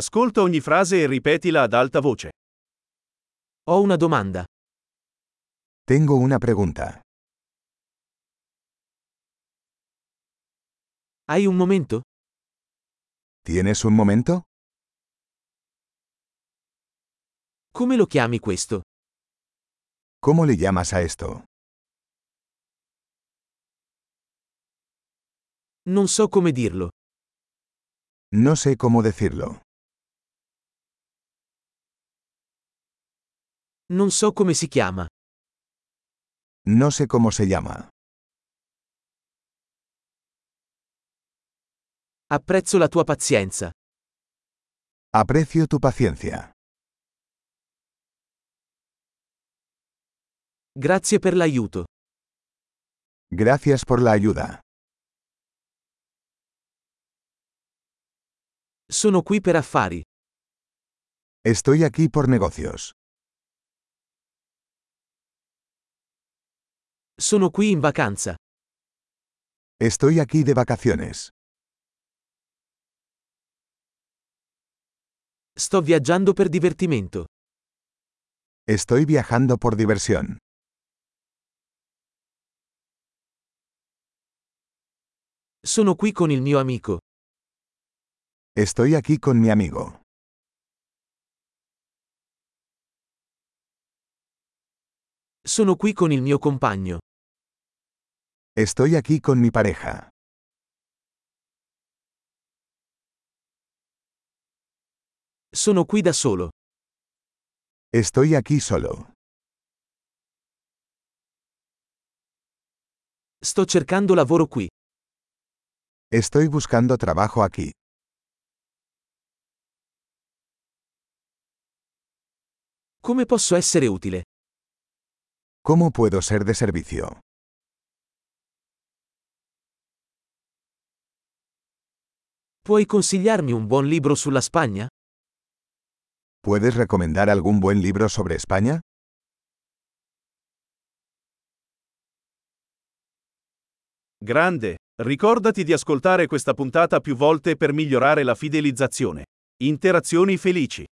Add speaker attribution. Speaker 1: Ascolta ogni frase e ripetila ad alta voce.
Speaker 2: Ho una domanda.
Speaker 3: Tengo una pregunta.
Speaker 2: Hai un momento?
Speaker 3: ¿Tienes un momento?
Speaker 2: Come lo chiami questo?
Speaker 3: ¿Cómo le llamas a esto?
Speaker 2: Non so come dirlo.
Speaker 3: No sé cómo decirlo.
Speaker 2: Non so come si chiama.
Speaker 3: No sé cómo se llama.
Speaker 2: Apprezzo la tua pazienza.
Speaker 3: Aprecio tu paciencia.
Speaker 2: Grazie per l'aiuto.
Speaker 3: Gracias por la ayuda.
Speaker 2: Sono qui per affari.
Speaker 3: Estoy aquí por negocios.
Speaker 2: Sono qui in vacanza.
Speaker 3: Estoy aquí de vacaciones.
Speaker 2: Sto viaggiando per divertimento.
Speaker 3: Estoy viajando por diversión.
Speaker 2: Sono qui con il mio amico.
Speaker 3: Estoy aquí con mi amigo.
Speaker 2: Sono qui con il mio compagno.
Speaker 3: Estoy aquí con mi pareja.
Speaker 2: Sono qui da solo.
Speaker 3: Estoy aquí solo.
Speaker 2: Sto cercando lavoro qui.
Speaker 3: Estoy buscando trabajo aquí.
Speaker 2: Come posso essere utile?
Speaker 3: ¿Cómo puedo ser de servicio?
Speaker 2: Puoi consigliarmi un buon libro sulla Spagna?
Speaker 3: ¿Puedes recomendar algún buen libro sobre España?
Speaker 1: Grande, ricordati di ascoltare questa puntata più volte per migliorare la fidelizzazione. Interazioni felici.